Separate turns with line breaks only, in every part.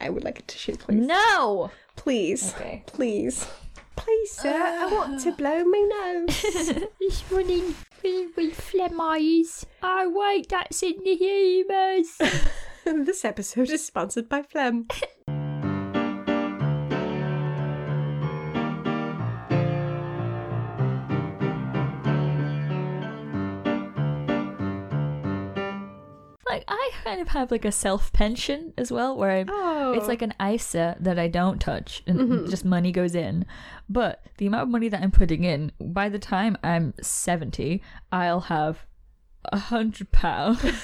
I would like a tissue, please.
No.
Please.
Okay. Ah.
Please. Please, sir. I want to blow my nose.
It's running filled with phlegm eyes. Oh wait, that's in the humours.
this episode is sponsored by Phlegm.
like I kind of have like a self pension as well, where I
Oh.
it's like an ISA that I don't touch and just money goes in. But the amount of money that I'm putting in, by the time I'm seventy, I'll have a hundred pounds. but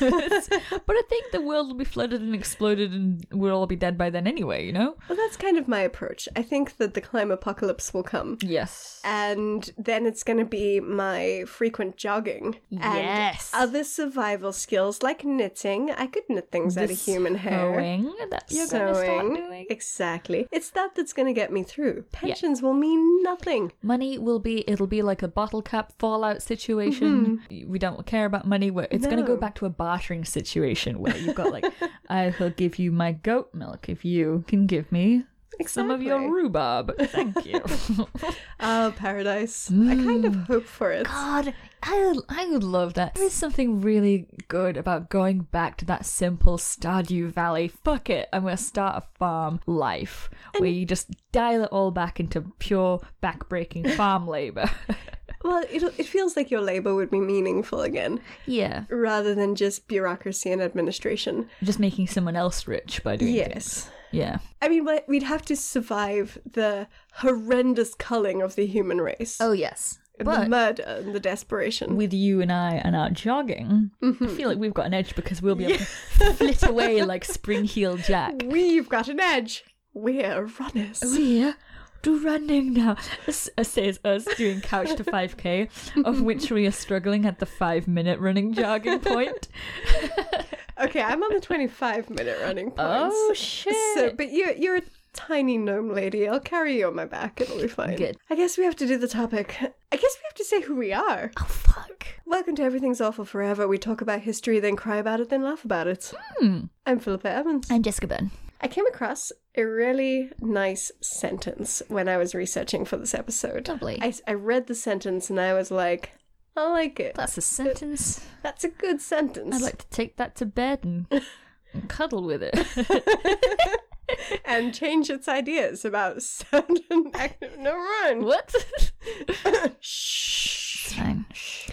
I think the world will be flooded and exploded, and we'll all be dead by then anyway. You know?
Well, that's kind of my approach. I think that the climb apocalypse will come.
Yes.
And then it's going to be my frequent jogging.
Yes.
And other survival skills like knitting. I could knit things out of
This
human hair.
Sewing that you're gonna start doing.
Exactly. It's that that's going to get me through. Pensions will mean nothing.
Money will be it'll be like a bottle cap fallout situation. We don't care about money. Where it's going to go
No.
back to a bartering situation where you've got like, I will give you my goat milk if you can give me some of your
Exactly.
rhubarb. Thank you.
Oh, paradise. I kind of hope for it.
Mm. God, I I would love that. There is something really good about going back to that simple Stardew Valley. Fuck it, I'm gonna start a farm life where you just dial it all back into pure backbreaking farm labor.
Well, it, it feels like your labor would be meaningful again,
yeah.
rather than just bureaucracy and administration.
just making someone else rich by doing things.
Yes.
Yeah.
I mean, but we'd have to survive the horrendous culling of the human race.
yes.
And the
Oh, But
murder and the desperation.
with you and I and our jogging, I feel like we've got an edge because we'll be able to flit away like spring heel jack.
We've got an edge. We're runners.
We're running now. S- uh, Says us doing couch to 5k, of which we are struggling at the five minute running jogging point.
Okay, I'm on the 25 minute running points.
Oh,
So,
shit.
but you're you're a tiny gnome lady. I'll carry you on my back. It'll be fine.
Good.
I guess we have to do the topic. I guess we have to say who we are.
Oh, fuck.
Welcome to Everything's Awful Forever. We talk about history, then cry about it, then laugh about it. I'm Philippa Evans.
Hmm. I'm Jessica Byrne.
I came across a really nice sentence when I was researching for this episode.
Lovely.
I, I read the sentence and I was like, I like it.
That's a sentence.
That's a good sentence.
I'd like to take that to bed and, and cuddle with it.
and change its ideas about sound and active. No, run.
what?
Shh.
Fine. Shh.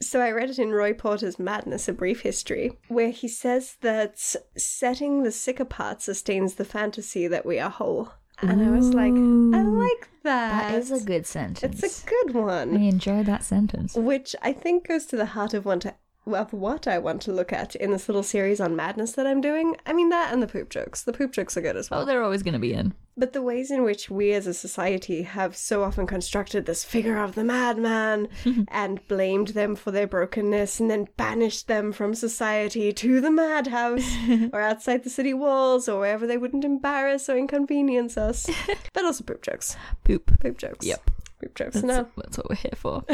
So I read it in Roy Porter's Madness, A Brief History, where he says that setting the sick apart sustains the fantasy that we are whole. And I was like, I like that.
That is a good sentence.
It's a good one.
I enjoy that sentence.
Which I think goes to the heart of, want to, of what I want to look at in this little series on madness that I'm doing. I mean, that and the poop jokes. The poop jokes are good as well.
Oh, they're always going to be in.
But the ways in which we as a society have so often constructed this figure of the madman and blamed them for their brokenness and then banished them from society to the madhouse or outside the city walls or wherever they wouldn't embarrass or inconvenience us. but also poop jokes.
Poop.
Poop jokes.
Yep.
Poop jokes.
That's,
No.
that's what we're here for.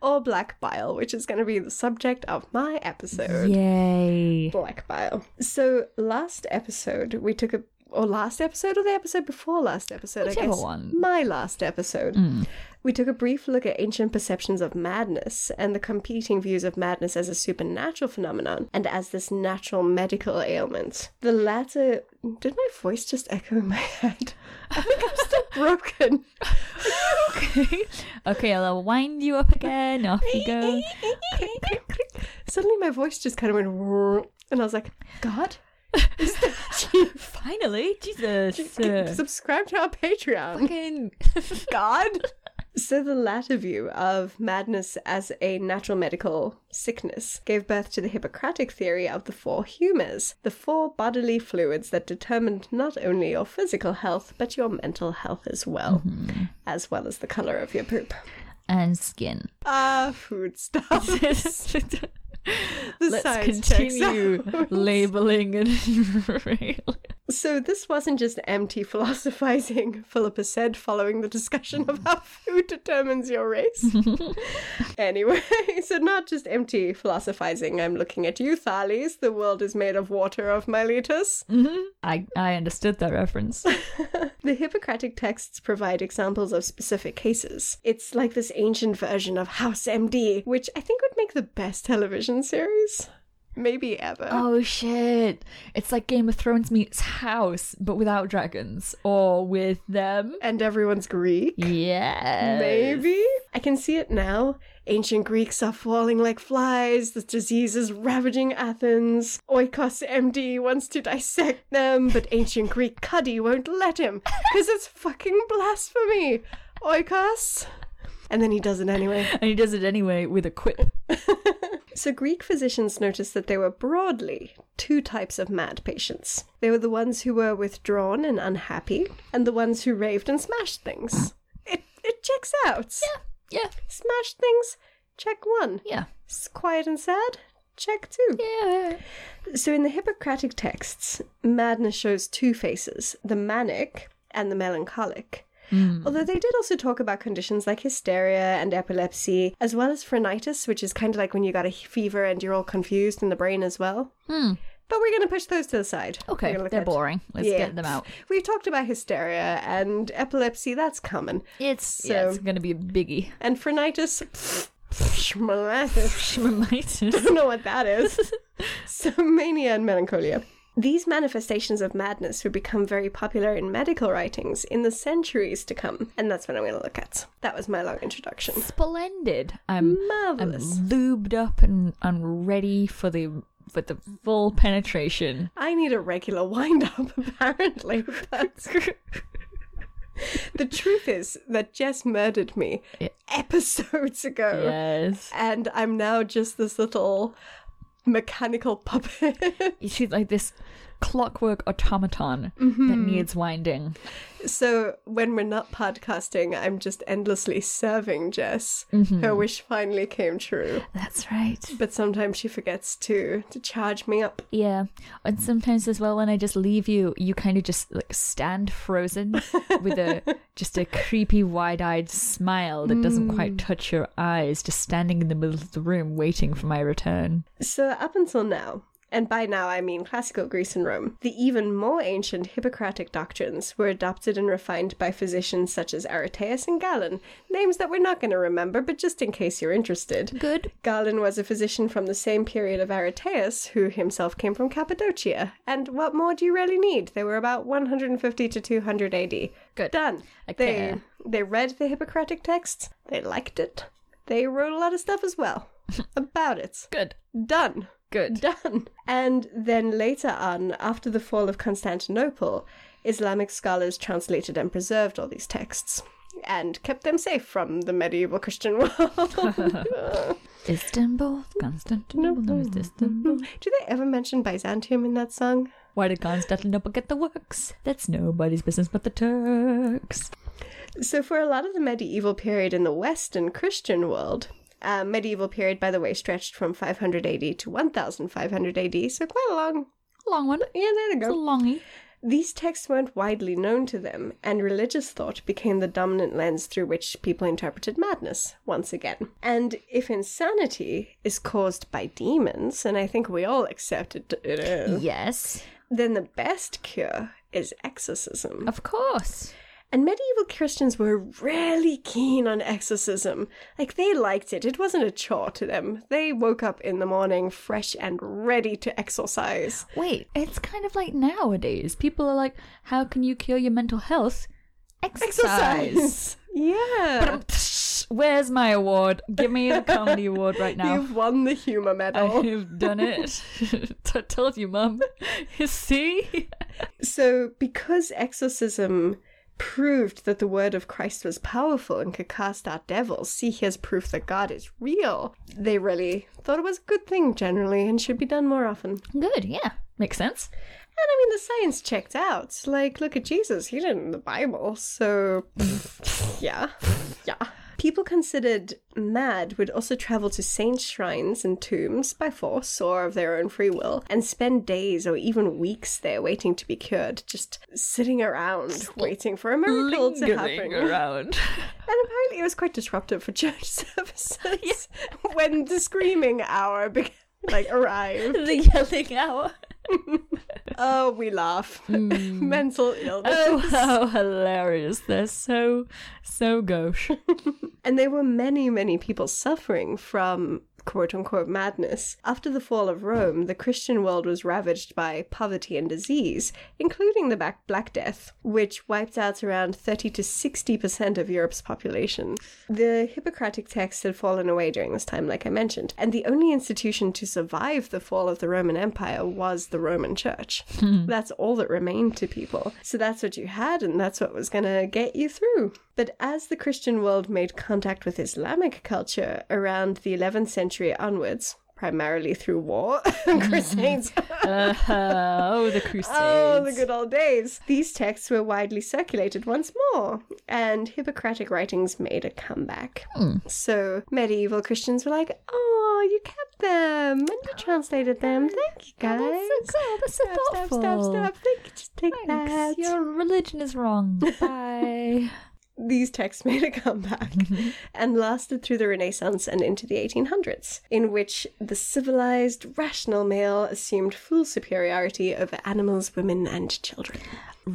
Or black bile, which is going to be the subject of my episode.
Yay.
Black bile. So last episode we took a or last episode or the episode before last episode,
Whichever
I guess.
one. Hmm.
My last episode. We took a brief look at ancient perceptions of madness and the competing views of madness as a supernatural phenomenon and as this natural medical ailment. The latter did my voice just echo in my head? I think I'm still broken.
okay. Okay, I'll wind you up again. Off you go.
Suddenly my voice just kind of went "Whoa," and I was like, God,
Finally. Jesus. Uh,
subscribe to our Patreon.
fucking.
God. So, the latter view of madness as a natural medical sickness gave birth to the Hippocratic theory of the four humours, the four bodily fluids that determined not only your physical health, but your mental health as well, as well as the colour of your poop.
and skin.
Ah, food stuff.
Let's
The science checks
continue
out.
labeling and
So this wasn't just empty philosophizing, Philippa said, following the discussion of how food determines your race. anyway, so not just empty philosophizing. I'm looking at you, Thales. The world is made of water of Miletus.
I, I understood that reference.
The Hippocratic texts provide examples of specific cases. It's like this ancient version of House MD, which I think would make the best television series. Maybe ever.
Oh shit. It's like Game of Thrones meets House, but without dragons or with them.
And everyone's Greek.
Yeah.
Maybe? I can see it now. Ancient Greeks are falling like flies, the disease is ravaging Athens. Oikos MD wants to dissect them, but ancient Greek Cuddy won't let him, because it's fucking blasphemy. Oikos. And then he does it anyway.
And he does it anyway with a quip.
So, Greek physicians noticed that there were broadly two types of mad patients. They were the ones who were withdrawn and unhappy, and the ones who raved and smashed things. It, it checks out.
Yeah.
Smash things, check one.
Yeah.
S- Quiet and sad, check two.
Yeah.
So, in the Hippocratic texts, madness shows two faces the manic and the melancholic.
Hmm.
Although they did also talk about conditions like hysteria and epilepsy, as well as phrenitis, which is kind of like when you got a fever and you're all confused in the brain as well. But we're going to push those to the side. We're
Hmm. Okay.
gonna look
They're
at-
boring. Let's
Yeah.
get them out.
We've talked about hysteria and epilepsy, that's common.
It's yeah,
So-
it's gonna be a biggie.
And phrenitis, phrenitis.
Schmamitis.
don't know what that is. so, mania and melancholia. These manifestations of madness would become very popular in medical writings in the centuries to come, and that's what I'm going to look at. That was my long introduction.
Splendid. I'm I'm
Marvelous.
lubed up and, and ready for the for the full penetration.
I need a regular wind up, apparently, but the truth is that Jess murdered me
Yeah.
episodes ago,
Yes.
and I'm now just this little mechanical puppet.
She's like this clockwork automaton that needs winding.
So when we're not podcasting, I'm just endlessly serving Jess. Her wish finally came true,
That's right.
but sometimes she forgets to to charge me up.
Yeah. And sometimes as well when I just leave you, you kind of just like stand frozen with a just a creepy wide-eyed smile that doesn't quite touch your eyes, just standing in the middle of the room waiting for my return.
So up until now, and by now I mean classical Greece and Rome, the even more ancient Hippocratic doctrines were adopted and refined by physicians such as Areteus and Galen, names that we're not going to remember, but just in case you're interested.
Good.
Galen was a physician from the same period of Areteus, who himself came from Cappadocia. And what more do you really need? They were about 150 to 200 AD.
Good.
Done. They
Okay.
they read the Hippocratic texts. They liked it. They wrote a lot of stuff as well about it.
Good.
Done.
Good.
Done. And then later on, after the fall of Constantinople, Islamic scholars translated and preserved all these texts and kept them safe from the medieval Christian world.
Istanbul, Constantinople, no, it's Istanbul.
Do they ever mention Byzantium in that song?
Why did Constantinople get the works? That's nobody's business but the Turks.
So, for a lot of the medieval period in the Western Christian world, uh, medieval period, by the way, stretched from 500 AD to 1500 AD, so quite a long.
Long one.
Yeah, there you
It's a
go.
longy.
These texts weren't widely known to them, and religious thought became the dominant lens through which people interpreted madness, once again. And if insanity is caused by demons, and I think we all accept it, it
Oh.
is,
Yes.
then the best cure is exorcism.
Of course.
And medieval Christians were really keen on exorcism. Like, they liked it. It wasn't a chore to them. They woke up in the morning fresh and ready to exorcise.
Wait, it's kind of like nowadays. People are like, how can you cure your mental health? Exercise.
yeah.
Where's my award? Give me the comedy award right now.
You've won the humor medal.
I've done it. T- told you, mum. You see?
so, because exorcism proved that the word of Christ was powerful and could cast out devils, see here's proof that God is real, they really thought it was a good thing generally and should be done more often.
Good, yeah. Makes sense.
And I mean, the science checked out. Like, look at Jesus. He didn't in the Bible. So, yeah. Yeah. People considered mad would also travel to saint shrines and tombs by force or of their own free will and spend days or even weeks there waiting to be cured, just sitting around waiting for a miracle to happen.
Lingering around.
And apparently, it was quite disruptive for church services when the screaming hour began. Like arrived.
the yelling hour.
Oh, we laugh. Mental illness.
Hmm. Oh, how hilarious. They're so, so gauche. Uh-huh.
And there were many, many people suffering from quote unquote madness. After the fall of Rome, the Christian world was ravaged by poverty and disease, including the Black, Black Death, which wiped out around 30 to 60% of Europe's population. The Hippocratic text had fallen away during this time, like I mentioned, and the only institution to survive the fall of the Roman Empire was the Roman Church. that's all that remained to people. So that's what you had, and that's what was going to get you through. But as the Christian world made contact with Islamic culture around the 11th century onwards, primarily through war and crusades,
Uh, oh, the crusades.
Oh, the good old days. These texts were widely circulated once more, and Hippocratic writings made a comeback.
Hmm.
So medieval Christians were like, oh, you kept them and you translated them. Thank you, guys.
that's so cool. Oh, That's
Stop, stop,
so
stop,
thoughtful.
stop. Thank you. Just take that.
Thanks. Your religion is wrong. Bye.
these texts made a comeback and lasted through the Renaissance and into the 1800s, in which the civilized, rational male assumed full superiority over animals, women, and children.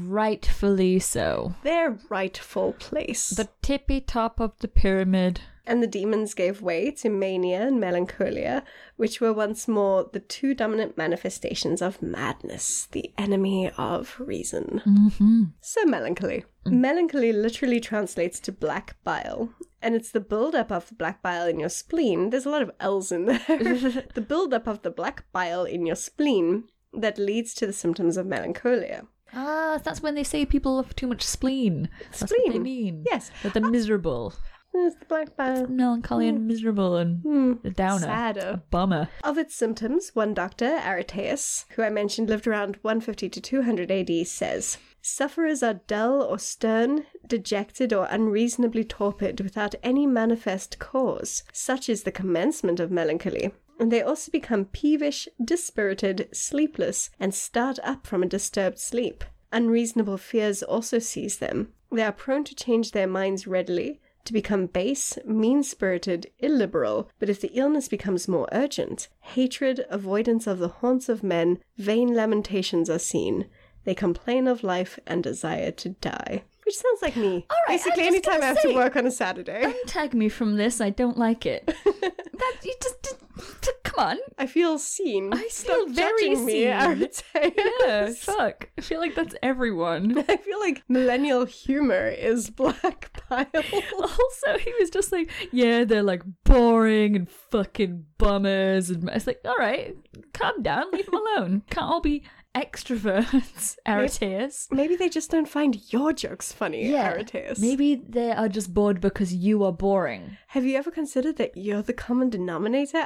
Rightfully so.
Their rightful place.
The tippy top of the pyramid.
and the demons gave way to mania and melancholia, which were once more the two dominant manifestations of madness, the enemy of reason.
Mm.
So, melancholy. Melancholy literally translates to black bile, and it's the buildup of the black bile in your spleen. There's a lot of L's in there. the buildup of the black bile in your spleen that leads to the symptoms of melancholia.
Ah, that's when they say people have too much spleen. That's what they
Spleen.
mean.
Yes. Ah.
That they're miserable.
There's the black bile. Hmm.
Melancholy and miserable and a
mm.
downer.
Sadder.
A bummer.
Of its symptoms, one doctor, Areteus, who I mentioned lived around 150 to 200 AD, says Sufferers are dull or stern, dejected or unreasonably torpid without any manifest cause. Such is the commencement of melancholy. And they also become peevish, dispirited, sleepless, and start up from a disturbed sleep. Unreasonable fears also seize them. They are prone to change their minds readily, to become base, mean spirited, illiberal, but if the illness becomes more urgent, hatred, avoidance of the haunts of men, vain lamentations are seen. They complain of life and desire to die. Which sounds like me.
All right, I was
Basically,
just
anytime
gonna
I have to
say-
work on a Saturday,
Untag me from this. I don't like it. that you just, just- just- come on.
I feel seen.
I
Stop
feel very
judging me,
seen.
Aristeus.
Yeah, fuck. I feel like that's everyone.
I feel like millennial humor is black bile.
Also, he was just like, yeah, they're like boring and fucking bummers. And it's like, all right, calm down, leave them alone. Can't all be extroverts, Areteus.
Maybe they just don't find your jokes funny, Aristeus.
Maybe they are just bored because you are boring.
Have you ever considered that you're the common denominator,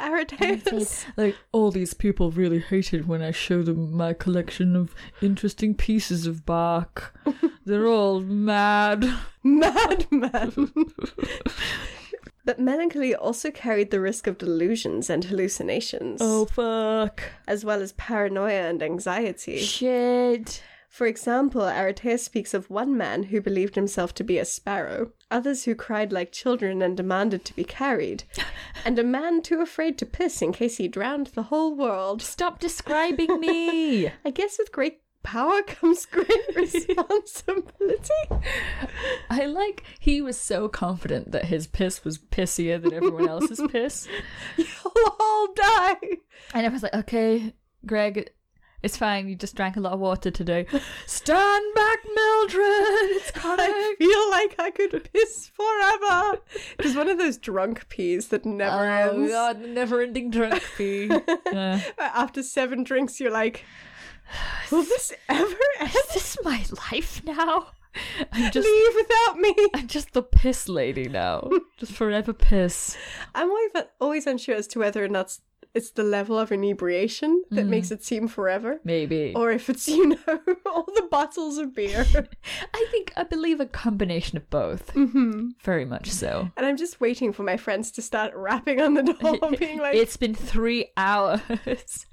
Aridaeus?
Like, all these people really hate it when I show them my collection of interesting pieces of bark. They're all mad.
Madman! but melancholy also carried the risk of delusions and hallucinations,
Oh, fuck.
as well as paranoia and anxiety.
Shit.
For example, Arateus speaks of one man who believed himself to be a sparrow, others who cried like children and demanded to be carried, and a man too afraid to piss in case he drowned the whole world.
Stop describing me.
I guess with great power comes great responsibility.
I like he was so confident that his piss was pissier than everyone else's piss.
You'll all die.
And everyone's like, okay, Greg, it's fine. You just drank a lot of water today. Stand back, Mildred. It's
I
coming.
feel like I could piss forever. It was one of those drunk peas that never
Oh
ends.
god, the never-ending drunk pee. Uh,
After seven drinks, you're like, will this ever end?
is this my life now? I'm just,
Leave without me.
I'm just the piss lady now. Just forever piss.
I'm always, always unsure as to whether or not it's the level of inebriation that
Mm.
makes it seem forever.
Maybe.
Or if it's, you know, all the bottles of beer.
I think I believe a combination of both.
hmm
Very much so.
And I'm just waiting for my friends to start rapping on the door, being like,
It's been three hours.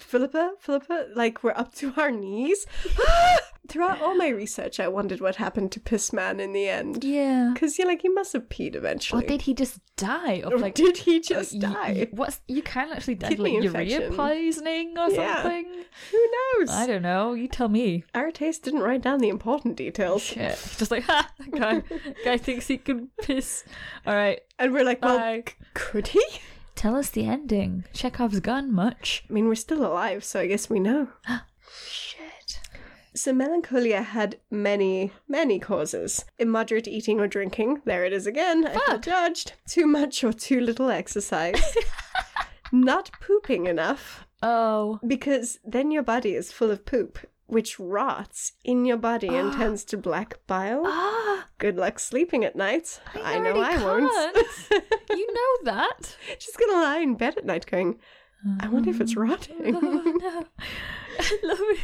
Philippa, Philippa, like we're up to our knees. Throughout all my research, I wondered what happened to Piss Man in the end.
yeah.
Because you're like, he must have peed
Or
eventually.
did he just die of
Or
like uh,
did he just
y-
die?
y- what's you can actually die of like
Kidney
urea
infection.
poisoning or
Yeah.
something.
Who knows?
I don't know. You tell me.
Our taste didn't write down the important details.
Shit. Just like ha, that guy guy thinks he can piss. All right.
And we're like, well,
Bye.
c- could he?
Tell us the ending. Chekhov's gun much?
I mean, we're still alive, so I guess we know.
Shit.
So melancholia had many, many causes. Immoderate eating or drinking, there it is again, I feel
Fuck.
judged. Too much or too little exercise. Not pooping enough,
Oh.
because then your body is full of poop, which rots in your body and tends to black bile.
Ah.
Good luck sleeping at night. I, know I
already
won't.
can't. you know that.
She's gonna lie in bed at night going, I wonder if
Um.
it's rotting.
Oh, no. I love it.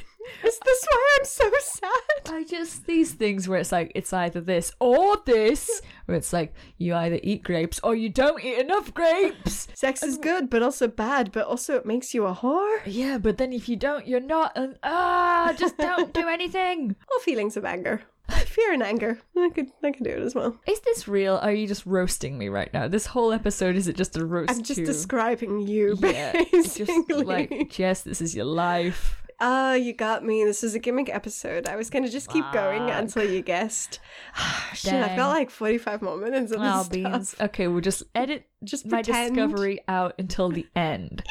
is this why I'm so sad?
I just these things where it's like it's either this or this, where it's like you either eat grapes or you don't eat enough grapes.
Sex is good, but also bad, but also it makes you a whore.
Yeah, but then if you don't, you're not. And ah, just don't do anything.
All feelings of anger. Fear and anger. I could I could do it as well.
Is this real? Are you just roasting me right now? This whole episode is it just a roast?
I'm just
to-
describing you
yeah, it's
basically.
just like Jess, this is your life.
Ah, you got me. This is a gimmick episode. I was gonna just keep going
Fuck.
until you guessed. Shit, I've got
Dang.
like forty five more minutes of this
Oh,
stuff.
beans. Okay, we'll just edit
Just
my
pretend.
discovery out until the end.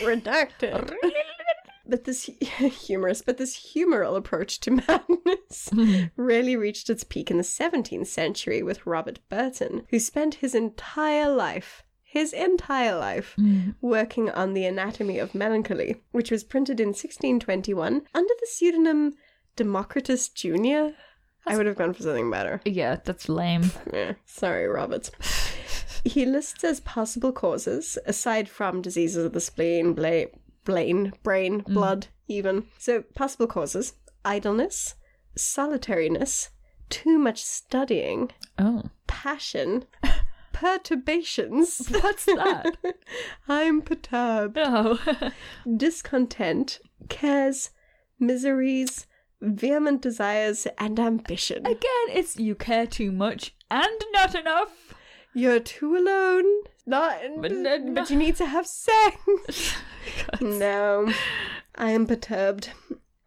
Redacted. but this humorous, but this humoral approach to madness really reached its peak in the 17th century with Robert Burton, who spent his entire life, his entire life, working on the anatomy of melancholy, which was printed in 1621 under the pseudonym Democritus Junior. I would have gone for something better.
yeah, that's lame.
Yeah, sorry, Robert. He lists as possible causes, aside from diseases of the spleen, bla- blain, brain,
Mm.
blood, even. So, possible causes idleness, solitariness, too much studying,
Oh,
passion, perturbations.
what's that?
I'm perturbed.
No.
Discontent, cares, miseries, vehement desires, and ambition.
Again, it's you care too much and not enough.
You're too alone. Not, but,
But no-
but you need to have sex. no, I am perturbed.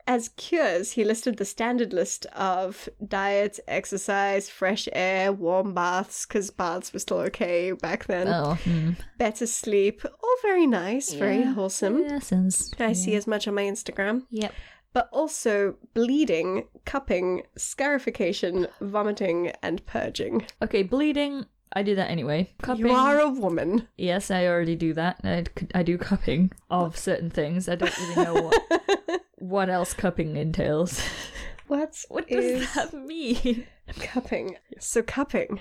As cures, he listed the standard list of diet, exercise, fresh air, warm baths, because baths were still okay back then.
Oh, hmm.
Better sleep, all very nice, very
Yeah.
wholesome.
Yeah, sounds-
I see as much on my Instagram.
Yep.
But also bleeding, cupping, scarification, vomiting, and purging.
Okay, bleeding. I do that anyway. Cupping.
You are a woman.
Yes, I already do that. I, c- I do cupping of certain things. I don't really know what what else cupping entails.
What,
What does
is
that mean?
cupping? So cupping.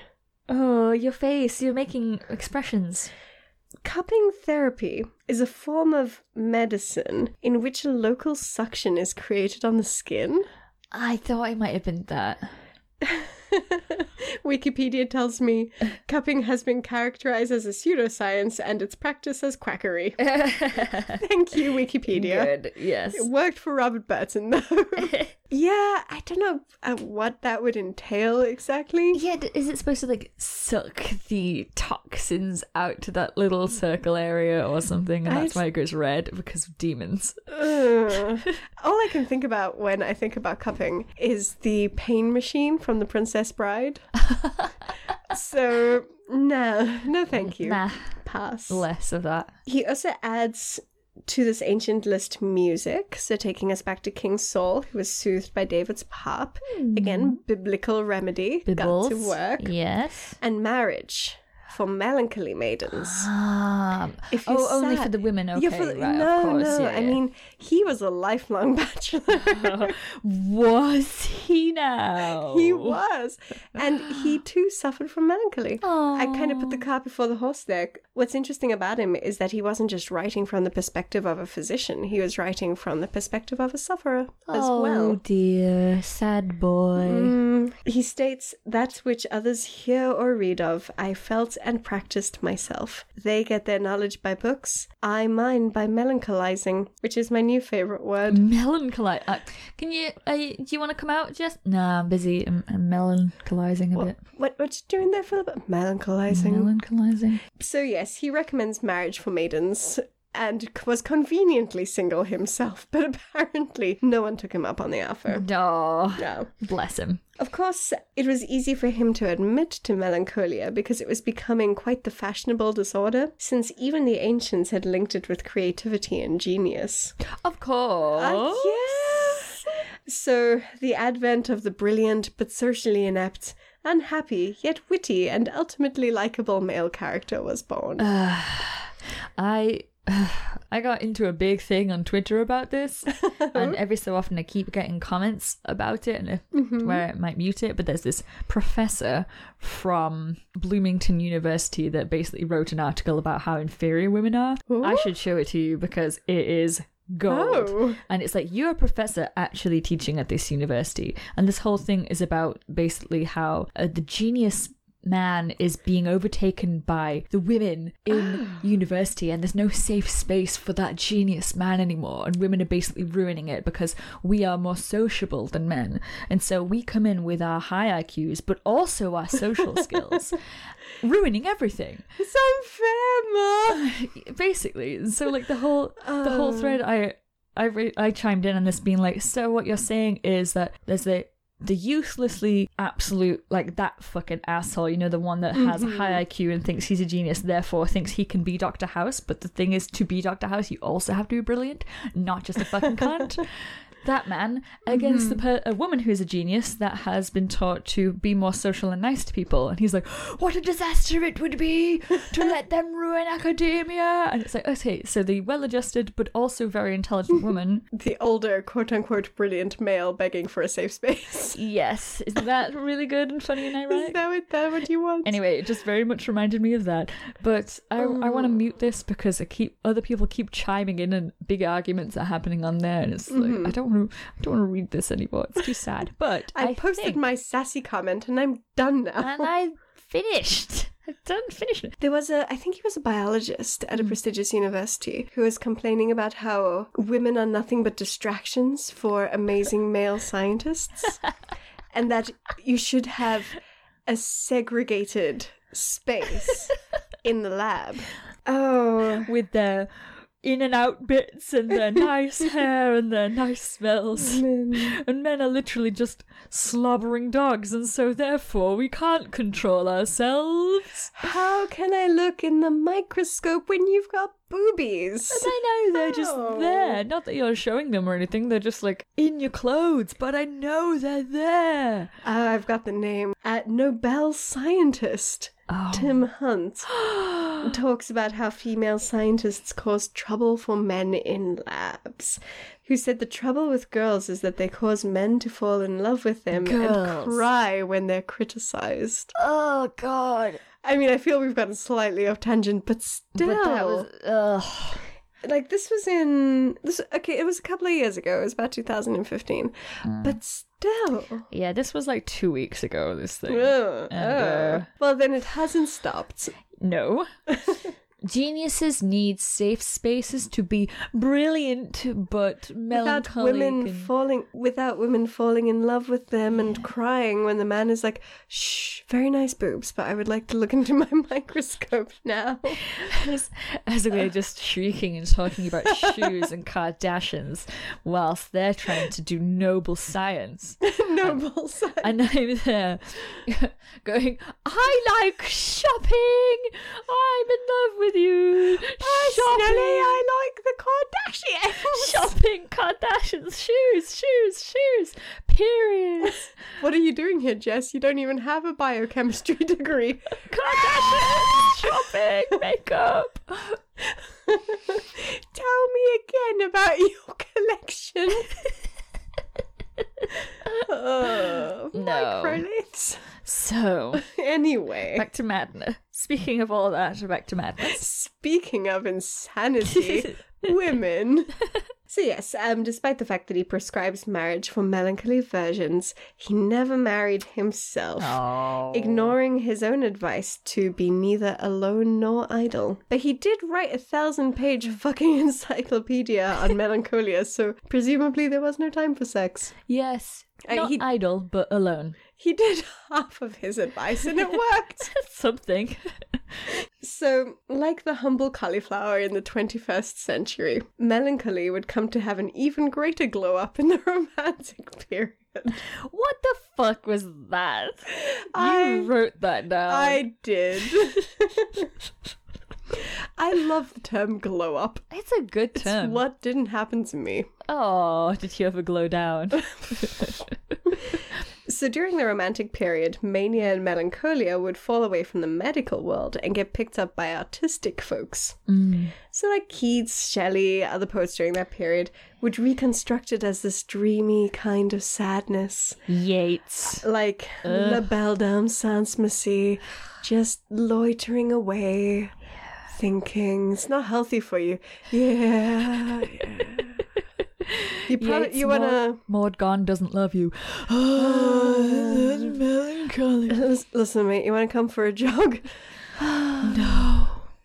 Oh, your face. You're making expressions.
Cupping therapy is a form of medicine in which a local suction is created on the skin.
I thought it might have been that.
Wikipedia tells me cupping has been characterized as a pseudoscience and its practice as quackery. Thank you, Wikipedia.
Good. Yes.
It worked for Robert Burton, though. yeah, I don't know uh, what that would entail exactly.
Yeah, d- is it supposed to like suck the toxins out to that little circle area or something? And
I
that's
s-
why it goes red because of demons.
Ugh. All I can think about when I think about cupping is the pain machine from The Princess Bride. so, no, no, thank you.
Nah,
Pass.
less of that.
He also adds to this ancient list music, so taking us back to King Saul, who was soothed by David's harp. Again, biblical remedy. Got to
Hmm. Bibbles.
work.
Yes.
And marriage. for melancholy maidens.
Ah.
If you're
Oh, only for
sad-
the women. Okay,
You're for the-
right.
no,
of
no.
course. yeah,
I
yeah.
mean, he was a lifelong bachelor.
was he now?
he was, and he too suffered from melancholy.
Oh.
I kind of put the cart before the horse there. What's interesting about him is that he wasn't just writing from the perspective of a physician; he was writing from the perspective of a sufferer as
oh,
well.
dear, sad boy.
Mm, he states, That which others hear or read of, I felt and practiced myself. They get their knowledge by books, I mine by melancholizing, which is my new favorite word.
Melancholy. Uh, can you? Are you do you want to come out? Just nah. I'm busy. I'm, I'm melancholizing a bit.
What, what you doing there, Philip? Melancholizing.
Melancholizing.
so, yes, he recommends marriage for maidens and c- was conveniently single himself, but apparently no one took him up on the offer.
Mm. No.
No.
Bless him.
Of course, it was easy for him to admit to melancholia because it was becoming quite the fashionable disorder, since even the ancients had linked it with creativity and genius.
Of course.
Ah, yes! So, the advent of the brilliant but socially inept, unhappy, yet witty, and ultimately likable male character was born.
I I got into a big thing on Twitter about this, and every so often I keep getting comments about it, and if, where it might mute it. But there's this professor from Bloomington University that basically wrote an article about how inferior women are. I should show it to you because it is gold.
Oh.
And it's like you're a professor actually teaching at this university, and this whole thing is about basically how uh, the genius man is being overtaken by the women in university and there's no safe space for that genius man anymore and women are basically ruining it because we are more sociable than men and so we come in with our high IQs but also our social skills ruining everything
It's unfair, Ma!
basically and so like the whole the whole thread i I, re- I chimed in on this being like so what you're saying is that there's the the uselessly absolute like that fucking asshole you know the one that has a high iq and thinks he's a genius therefore thinks he can be dr house but the thing is to be dr house you also have to be brilliant not just a fucking cunt that man against the
Mm-hmm.
per- a woman who's a genius that has been taught to be more social and nice to people and he's like what a disaster it would be to let them ruin academia and it's like okay so the well-adjusted but also very intelligent woman
The older, quote unquote, brilliant male begging for a safe space.
yes isn't that really good and funny and
Is
ironic
that what, that what you want?
anyway it just very much reminded me of that but i,
Oh.
I want to mute this because i keep other people keep chiming in and big arguments are happening on there and it's
Mm-hmm.
like i don't want to i don't want to read this anymore it's too sad but
I, posted
think-
my sassy comment and I'm done now.
and I finished. I done finished it.
There was a, I think he was a biologist at a prestigious university who was complaining about how women are nothing but distractions for amazing male scientists and that you should have a segregated space in the lab. Oh.
with their in and out bits and their nice hair and their nice smells. And men are literally just slobbering dogs, and so therefore we can't control ourselves.
How can I look in the microscope when you've got boobies?
And I know they're just
Oh.
there. Not that you're showing them or anything, they're just like in your clothes, but I know they're there.
Ah, I've got the name. Uh, Nobel scientist
Oh.
Tim Hunt talks about how female scientists cause trouble for men in labs. Who said the trouble with girls is that they cause men to fall in love with them
Girls.
and cry when they're criticized.
Oh, God.
I mean, I feel we've gotten slightly off tangent, but still,
Ugh.
like this was in this. Okay, it was a couple of years ago. It was about 2015,
Mm.
but still.
Yeah, this was like two weeks ago, this thing.
Ugh,
And, uh,
ugh. well, then it hasn't stopped.
No. Geniuses need safe spaces to be brilliant, but
without
melancholic.
women
and-
falling without women falling in love with them and crying when the man is like shh very nice boobs but i would like to look into my microscope now
as, as we're just shrieking and talking about shoes and Kardashians, whilst they're trying to do noble science,
noble side.
and I'm there going, "I like shopping. I'm in love with you.
personally
shopping."
i like the kardashians
Shopping, Kardashians, shoes, shoes, shoes, periods.
What are you doing here, Jess? You don't even have a biochemistry degree.
Kardashians, shopping, makeup.
Tell me again about your collection. oh,
No.
microliths.
So,
Anyway,
back to madness. Speaking of all that, back to madness.
speaking of insanity, women. So yes, um, despite the fact that he prescribes marriage for melancholy virgins, he never married himself.
Oh.
ignoring his own advice to be neither alone nor idle. But he did write a thousand page fucking encyclopedia on melancholia, so presumably there was no time for sex.
Yes.
Uh,
Not
he-
idle, but alone.
He did half of his advice and it worked.
That's something.
so, like the humble cauliflower in the 21st century, melancholy would come to have an even greater glow up in the romantic period.
What the fuck was that?
I-
you wrote that down.
I did. I love the term glow up.
It's a good term.
What didn't happen to me?
Oh, did you ever glow down?
So during the Romantic period, mania and melancholia would fall away from the medical world and get picked up by artistic folks. So, like Keats, Shelley, other poets during that period would reconstruct it as this dreamy kind of sadness,
Yates.
like La Belle Dame sans merci, just loitering away, thinking it's not healthy for you. Yeah, yeah. you probably
Yates,
you wanna.
Maud, Maud Gone doesn't love you. melancholy.
Lis- Listen, mate, you want to come for a jog?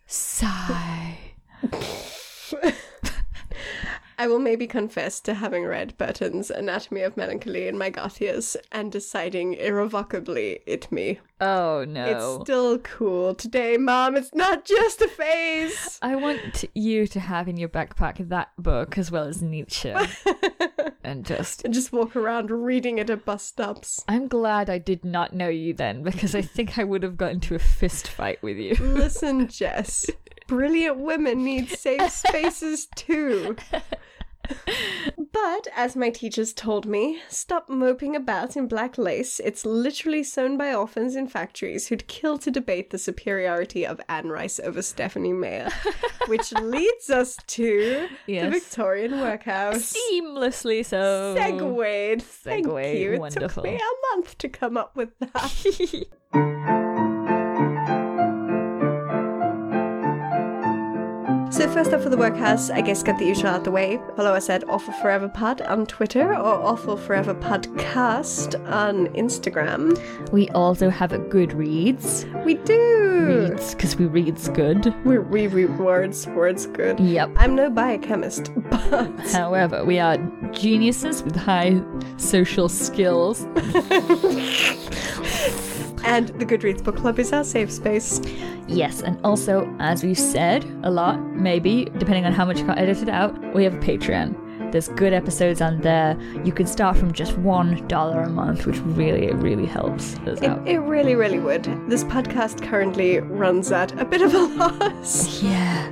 Sigh.
I will maybe confess to having read Burton's Anatomy of Melancholy in my goth years and deciding irrevocably it me.
Oh
It's
no.
still cool today, Mom. It's not just a phase.
I want you to have in your backpack that book as well as Nietzsche. and just
I just walk around reading it at bus stops.
I'm glad I did not know you then because I think I would have got into a fist fight with you.
Listen, Jess, brilliant women need safe spaces too. But as my teachers told me, stop moping about in black lace. It's literally sewn by orphans in factories who'd kill to debate the superiority of Anne Rice over Stephanie Mayer, which leads us to the
Yes.
Victorian workhouse.
Seamlessly so.
Segued. Thank
Segue,
you. It
Oh, wonderful.
took me a month to come up with that. So first up for the workhouse, I guess get the usual out the way. Follow us at Awful Forever Pod on Twitter or Awful Forever Podcast on Instagram.
We also have a Goodreads.
We do.
Reads, because we reads good.
We we we words words good.
Yep.
I'm no biochemist, but
However, we are geniuses with high social skills.
and the Goodreads Book Club is our safe space.
Yes, and also, as we've said a lot, maybe, depending on how much got edited out, we have a Patreon. There's good episodes on there. You can start from just one dollar a month, which really, really helps us out.
It, it really really would. This podcast currently runs at a bit of a loss.
Yeah.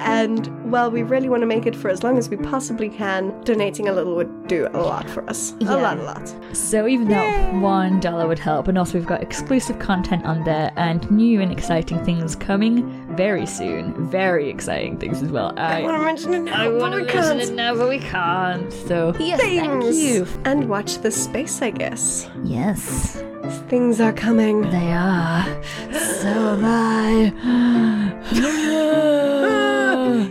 And well, we really want to make it for as long as we possibly can. Donating a little would do a lot for us.
Yeah.
A lot, a lot.
So even that one dollar would help, and also we've got exclusive content on there and new and exciting things coming very soon. Very exciting things as well.
I want
I
to mention it now, but
wanna
we
mention
can't.
it now, but we can't. So yes,
Things.
thank you.
And watch this space, I guess.
Yes,
Things are coming.
they are. So am I.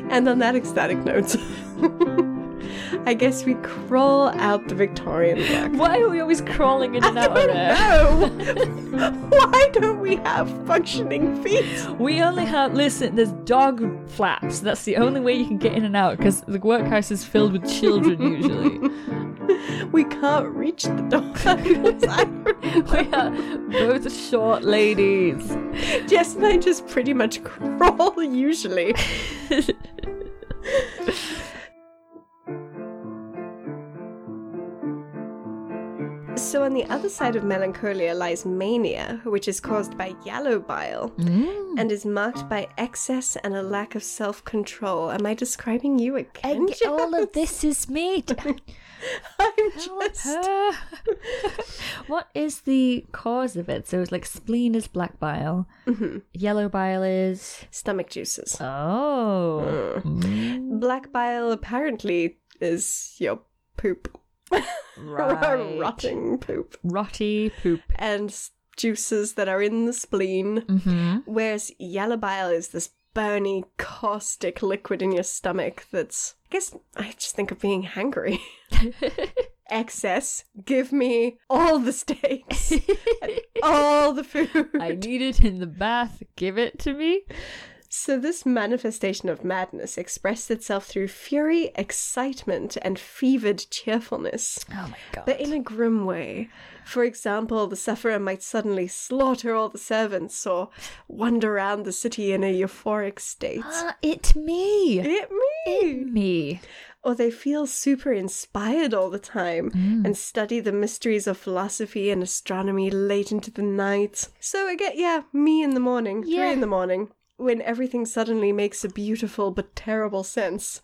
And on that ecstatic note, I guess we crawl out the Victorian work.
Why are we always crawling in and
I
out of
don't
there?
know. Why don't we have functioning feet?
We only have listen. There's dog flaps. That's the only way you can get in and out because the workhouse is filled with children usually.
We can't reach the dog.
we are both short ladies.
Jess and I just pretty much crawl usually. so on the other side of melancholia lies mania, which is caused by yellow bile
Mm.
and is marked by excess and a lack of self-control. Am I describing you again?
And all of this is me.
I'm just
Her. What is the cause of it? So it's like spleen is black bile, yellow bile is
Mm-hmm. Stomach juices.
oh, Mm,
Black bile apparently is your poop,
right.
rotting poop,
rotty poop.
and s- juices that are in the spleen.
hmm
Whereas yellow bile is this burny, caustic liquid in your stomach that's. I guess I just think of being hangry. Excess. Give me all the steaks, and all the food.
I need it in the bath. Give it to me.
So, this manifestation of madness expressed itself through fury, excitement, and fevered cheerfulness.
Oh my god.
But in a grim way. For example, the sufferer might suddenly slaughter all the servants or wander around the city in a euphoric state.
Ah, it me.
It me!
Me.
Or they feel super inspired all the time and study the mysteries of philosophy and astronomy late into the night. So again, yeah, me in the morning,
Yeah.
three in the morning, when everything suddenly makes a beautiful but terrible sense.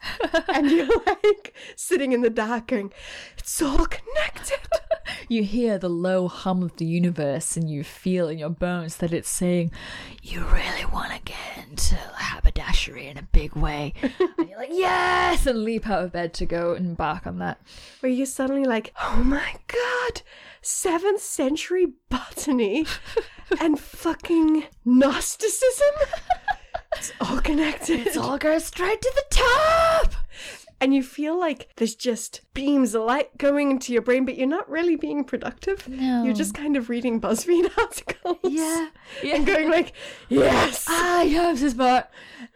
and you're like sitting in the dark going, it's all connected.
You hear the low hum of the universe and you feel in your bones that it's saying, You really want to get into haberdashery in a big way. and you're like, Yes! And leap out of bed to go and embark on that.
Where you're suddenly like, oh my god, 7th century botany and fucking Gnosticism? It's all connected.
It all goes straight to the top!
and you feel like there's just beams of light going into your brain, but you're not really being productive.
No.
You're just kind of reading BuzzFeed articles.
Yeah. yeah.
And going like, yes!
I have this part.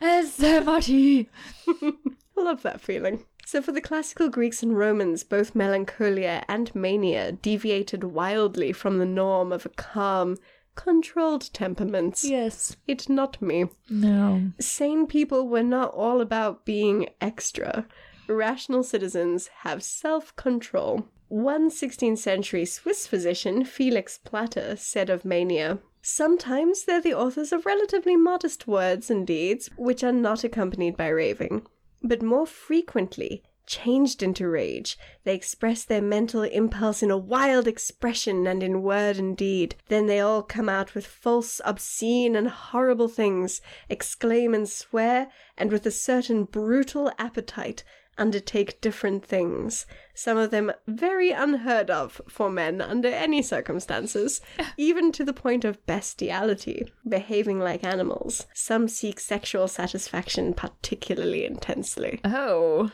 It's so much. It's
I love that feeling. So, for the classical Greeks and Romans, both melancholia and mania deviated wildly from the norm of a calm, controlled temperament.
Yes.
It not me.
No.
Sane people were not all about being extra. Rational citizens have self control. One 16th century Swiss physician, Felix Platter, said of mania Sometimes they're the authors of relatively modest words and deeds, which are not accompanied by raving. But more frequently, changed into rage, they express their mental impulse in a wild expression and in word and deed. Then they all come out with false, obscene, and horrible things, exclaim and swear, and with a certain brutal appetite undertake different things, some of them very unheard of for men under any circumstances, even to the point of bestiality, behaving like animals. Some seek sexual satisfaction particularly intensely.
Oh.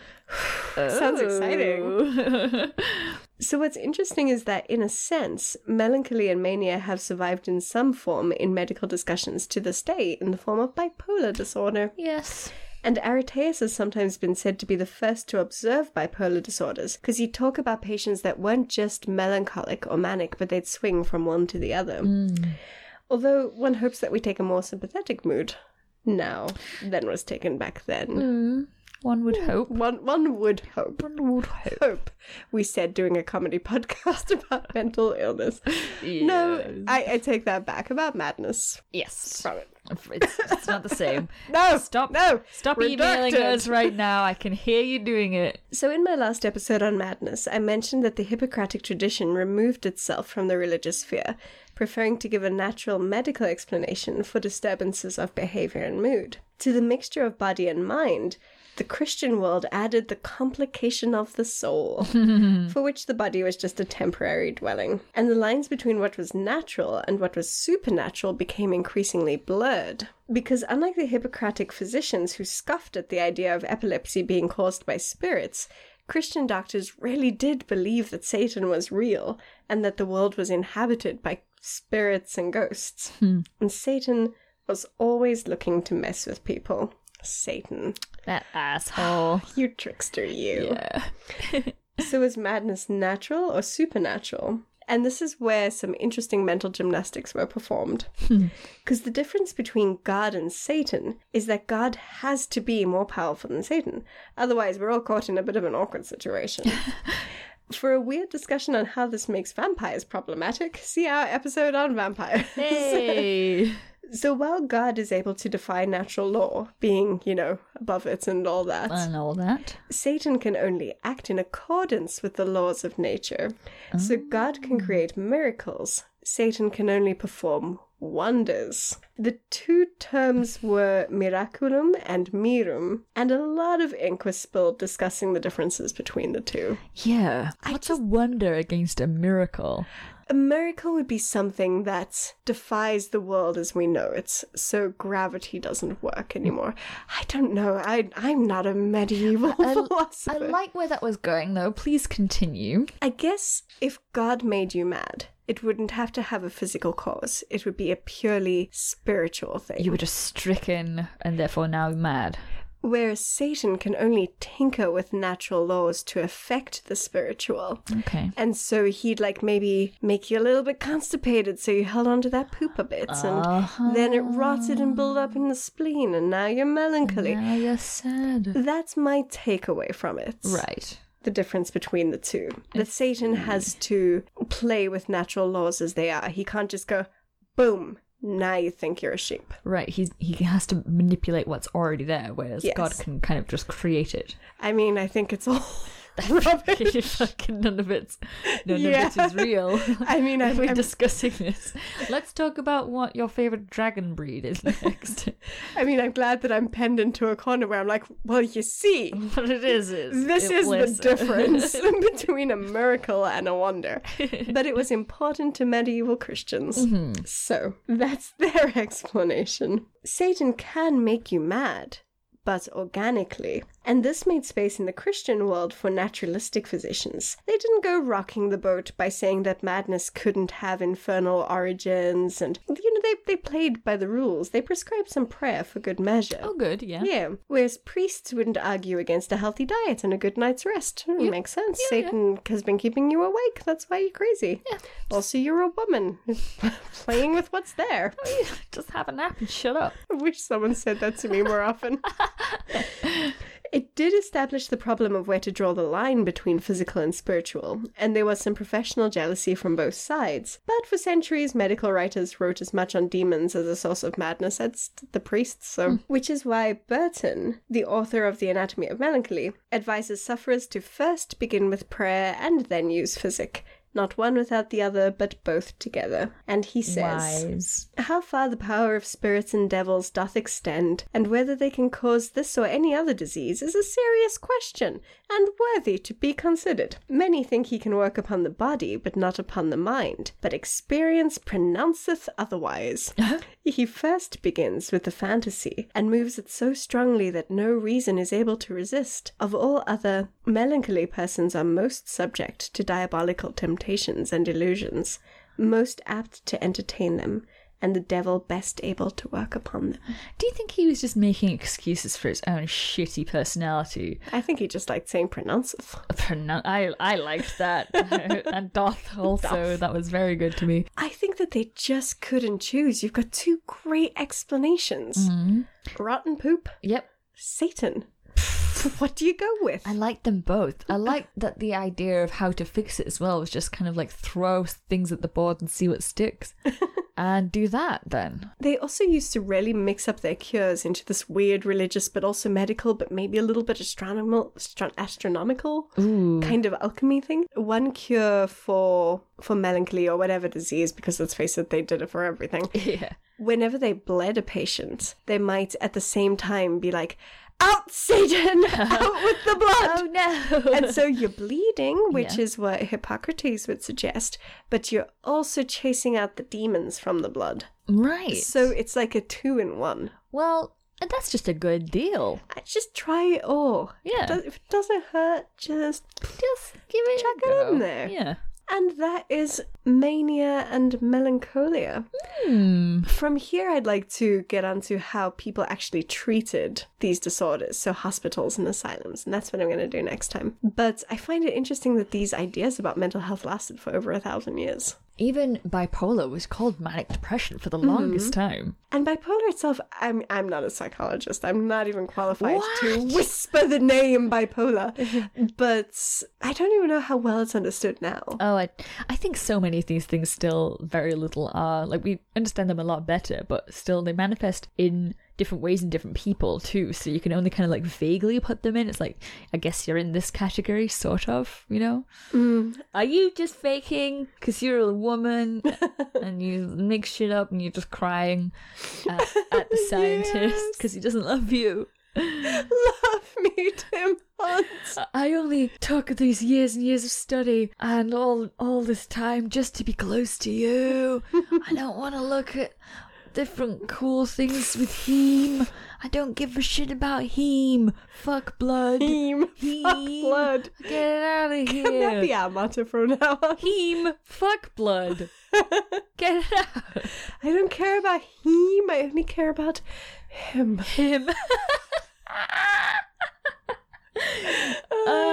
Sounds
exciting.
So, what's interesting is that, in a sense, melancholy and mania have survived in some form in medical discussions to this day in the form of bipolar disorder.
yes.
And Arrhetius has sometimes been said to be the first to observe bipolar disorders because he'd talk about patients that weren't just melancholic or manic, but they'd swing from one to the other.
Mm.
Although one hopes that we take a more sympathetic mood now than was taken back
Mm.
then.
Hmm. One would hope.
One, one would hope.
One would hope.
Hope we said doing a comedy podcast about mental illness. No, I, I take that back about madness.
Yes.
From it.
It's, it's not the same.
No,
Stop.
No,
Stop emailing
Redacted.
us right now. I can hear you doing it.
So, in my last episode on madness, I mentioned that the Hippocratic tradition removed itself from the religious sphere, preferring to give a natural medical explanation for disturbances of behavior and mood. To the mixture of body and mind, the Christian world added the complication of the soul, for which the body was just a temporary dwelling. And the lines between what was natural and what was supernatural became increasingly blurred. Because unlike the Hippocratic physicians who scoffed at the idea of epilepsy being caused by spirits, Christian doctors really did believe that Satan was real and that the world was inhabited by spirits and ghosts. And Satan was always looking to mess with people. Satan.
That asshole.
You trickster, you.
Yeah.
So is madness natural or supernatural? And this is where some interesting mental gymnastics were performed. Because the difference between God and Satan is that God has to be more powerful than Satan. Otherwise, we're all caught in a bit of an awkward situation. For a weird discussion on how this makes vampires problematic, see our episode on vampires.
Hey.
So while God is able to defy natural law, being, you know, above it and all that,
and all that.
Satan can only act in accordance with the laws of nature. So God can
Ah.
create miracles. Satan can only perform wonders. The two terms were miraculum and mirum, and a lot of ink was spilled discussing the differences between the two.
Yeah. What's a wonder against a miracle?
A miracle would be something that defies the world as we know it, so gravity doesn't work anymore. I don't know. I I'm not a medieval
I
philosopher.
like where that was going though. Please continue.
I guess if God made you mad, it wouldn't have to have a physical cause. It would be a purely spiritual thing.
You were just stricken and therefore now mad.
Whereas Satan can only tinker with natural laws to affect the spiritual.
Okay.
And so he'd like maybe make you a little bit constipated, so you held onto that poop a bit, and
Uh-huh.
then it rotted and built up in the spleen, and now you're melancholy.
Now you're sad.
That's my takeaway from it.
Right.
the difference between the two. That Satan has to play with natural laws as they are. He can't just go, boom, now you think you're a sheep.
Right. He's, he has to manipulate what's already there, whereas
Yes.
God can kind of just create it.
I mean, I think it's all rubbish.
Fucking none of it's none
Yeah.
of it is real.
I mean, I,
We're
I'm,
discussing this. Let's talk about what your favorite dragon breed is next.
I mean, I'm glad that I'm penned into a corner where I'm like, well, you see,
what it is is
this
is
is the difference between a miracle and a wonder. But it was important to medieval Christians.
Mm-hmm.
So that's their explanation. Satan can make you mad, but organically. And this made space in the Christian world for naturalistic physicians. They didn't go rocking the boat by saying that madness couldn't have infernal origins, and, you know, they, they played by the rules. They prescribed some prayer for good measure.
Oh, good. Yeah.
Yeah. Whereas priests wouldn't argue against a healthy diet and a good night's rest. Hmm, Makes sense. Satan has been keeping you awake. That's why you're crazy.
Yeah.
Also, you're a woman playing with what's there.
Just have a nap and shut up.
I wish someone said that to me more often. It did establish the problem of where to draw the line between physical and spiritual, and there was some professional jealousy from both sides. But for centuries, medical writers wrote as much on demons as a source of madness as did the priests, so. Which is why Burton, the author of The Anatomy of Melancholy, advises sufferers to first begin with prayer and then use physic. Not one without the other, but both together. And he says
Wise. Do you think he was just making excuses for his own shitty personality?
I think he just liked saying pronounceth.
Pronoun- I I liked that, and Doth also. That was very good to me.
I think that they just couldn't choose. You've got two great explanations
Mm. Mm-hmm.
rotten poop,
Yep,
Satan. what do you go with?
I liked them both. I liked that the idea of how to fix it as well was just kind of like throw things at the board and see what sticks, and do that then.
They also used to really mix up their cures into this weird religious but also medical, but maybe a little bit astronomical, astro- astronomical kind of alchemy thing. One cure for for melancholy or whatever disease, because let's face it, they did it for everything.
Yeah.
Whenever they bled a patient, they might at the same time be like, "Out, Satan! Out with the blood!"
Oh, no.
and so you're bleeding, which
Yeah.
is what Hippocrates would suggest, but you're also chasing out the demons from the blood.
Right.
So it's like a two in one.
well, that's just a good deal.
I just try it all. If
Yeah.
it, does, if it doesn't hurt, just.
Just give it
Chuck
a
it
go.
in there.
Yeah.
And that is mania and melancholia.
Hmm.
From here, I'd like to get onto how people actually treated these disorders, so hospitals and asylums, and that's what I'm going to do next time. But I find it interesting that these ideas about mental health lasted for over a thousand years.
Even bipolar was called manic depression for the longest time.
And bipolar itself, I'm I'm not a psychologist. I'm not even qualified to
What?
whisper the name bipolar. but I don't even know how well it's understood now.
Oh, I, I think so many of these things still very little are like we understand them a lot better, but still they manifest in different ways in different people too. So you can only kind of like vaguely put them in. It's like I guess you're in this category, sort of. You know, are you just faking because you're a woman and you make shit up and you're just crying at, at the scientist because he doesn't love you? Uh.
Love me, Tim Hunt.
I only took these years and years of study and all all this time just to be close to you. I don't want to look at different cool things with heme. I don't give a shit about heme. Fuck blood.
Heme. Fuck
Heme.
blood.
Get out of here.
Can that be our motto from now on?
heme. Fuck blood. Get out.
I don't care about him. I only care about him.
Him.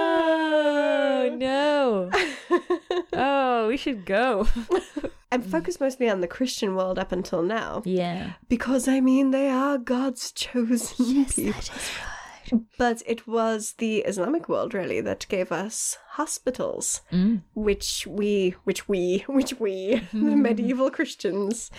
oh no. Oh, we should go.
I'm focused mostly on the Christian world up until now.
Yeah.
Because I mean, they are God's chosen people. But it was the Islamic world really that gave us hospitals,
Mm.
which we, which we, which we, the medieval Christians,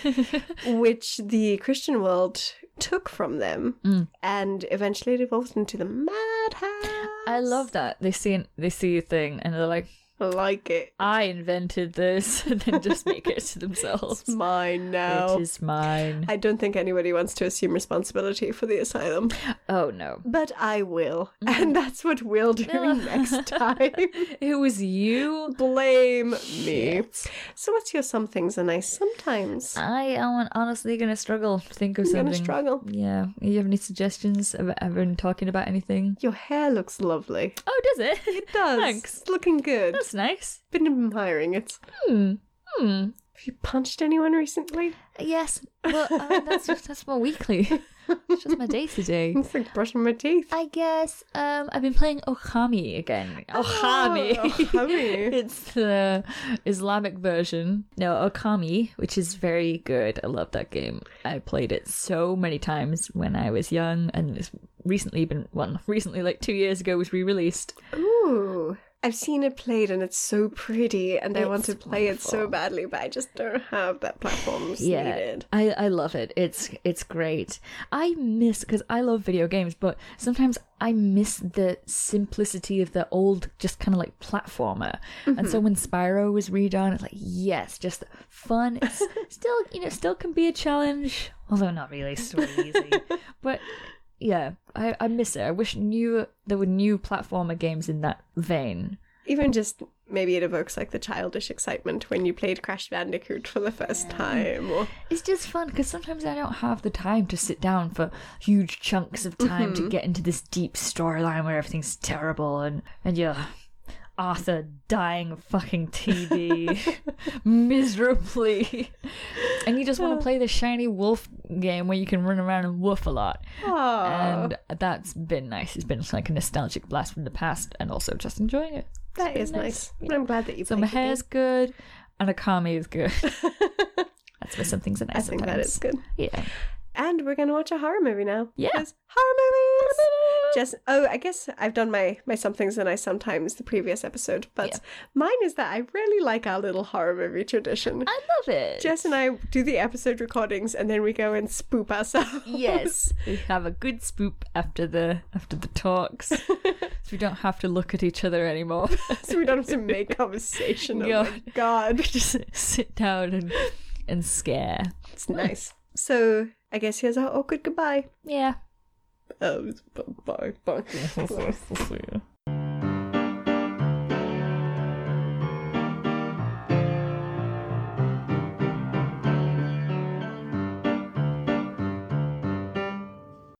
which the Christian world took from them,
Mm.
and eventually it evolved into the madhouse.
I love that they see an, they see a thing and they're like,
like it.
"I invented this," and then just make it to themselves.
It's mine now.
It is mine.
I don't think anybody wants to assume responsibility for the asylum,
Oh no,
but I will,
Mm.
and that's what we'll do next time.
it was you.
Blame me. So, what's your some things and I sometimes
I am honestly gonna struggle to think of
gonna
something.
struggle?
Yeah. You have any suggestions of ever talking about anything?
Your hair looks lovely.
Oh, does it? It
Does
Thanks.
It's looking good.
That's nice.
Been admiring it.
Hmm. Hmm.
Have you punched anyone recently?
Yes. Well, uh, that's that's my weekly. It's just my day to day.
It's like brushing my teeth.
I guess um, I've been playing Okami again. Okami.
Oh, Okami.
it's the Islamic version. No, Okami, which is very good. I love that game. I played it so many times when I was young, and it's recently been well, recently like two years ago was re-released.
Ooh. I've seen it played and it's so pretty and I want to
It's
play it so
wonderful.
badly, but I just don't have that platform that's needed.
I, I love it. It's it's great. I miss because I love video games, but sometimes I miss the simplicity of the old, just kind of like platformer. And so when Spyro was redone, it's like yes, just fun. It's still you know still can be a challenge, although not really it's really easy. but yeah, I, I miss it. I wish new there were new platformer games in that vein.
Even just maybe it evokes like the childish excitement when you played Crash Bandicoot for the first time or
It's just fun because sometimes I don't have the time to sit down for huge chunks of time
Mm-hmm.
to get into this deep storyline where everything's terrible and and you're Arthur dying of fucking TV miserably, and you just want to play the shiny wolf game where you can run around and woof a lot,
Aw,
and that's been nice. It's been like a nostalgic blast from the past, and also just enjoying it.
that is nice. I'm glad that you
So
played
my
the game.
hair's good, and Akami is good. That's where some things are nice.
I think that is good.
Yeah.
And we're gonna watch a horror movie now.
Yeah.
'Cause Horror movies. Just oh, I guess I've done my my somethings and I sometimes the previous episode, but
Yeah.
mine is that I really like our little horror movie tradition.
I love it.
Jess and I do the episode recordings and then we go and spoop ourselves.
yes, we have a good spoop after the after the talks, so we don't have to look at each other anymore.
so we don't have to make conversation. Oh
Yeah.
my god.
Just sit down and and scare.
It's nice. So I guess here's our awkward goodbye.
Yeah.
Oh, bye bye.
yeah.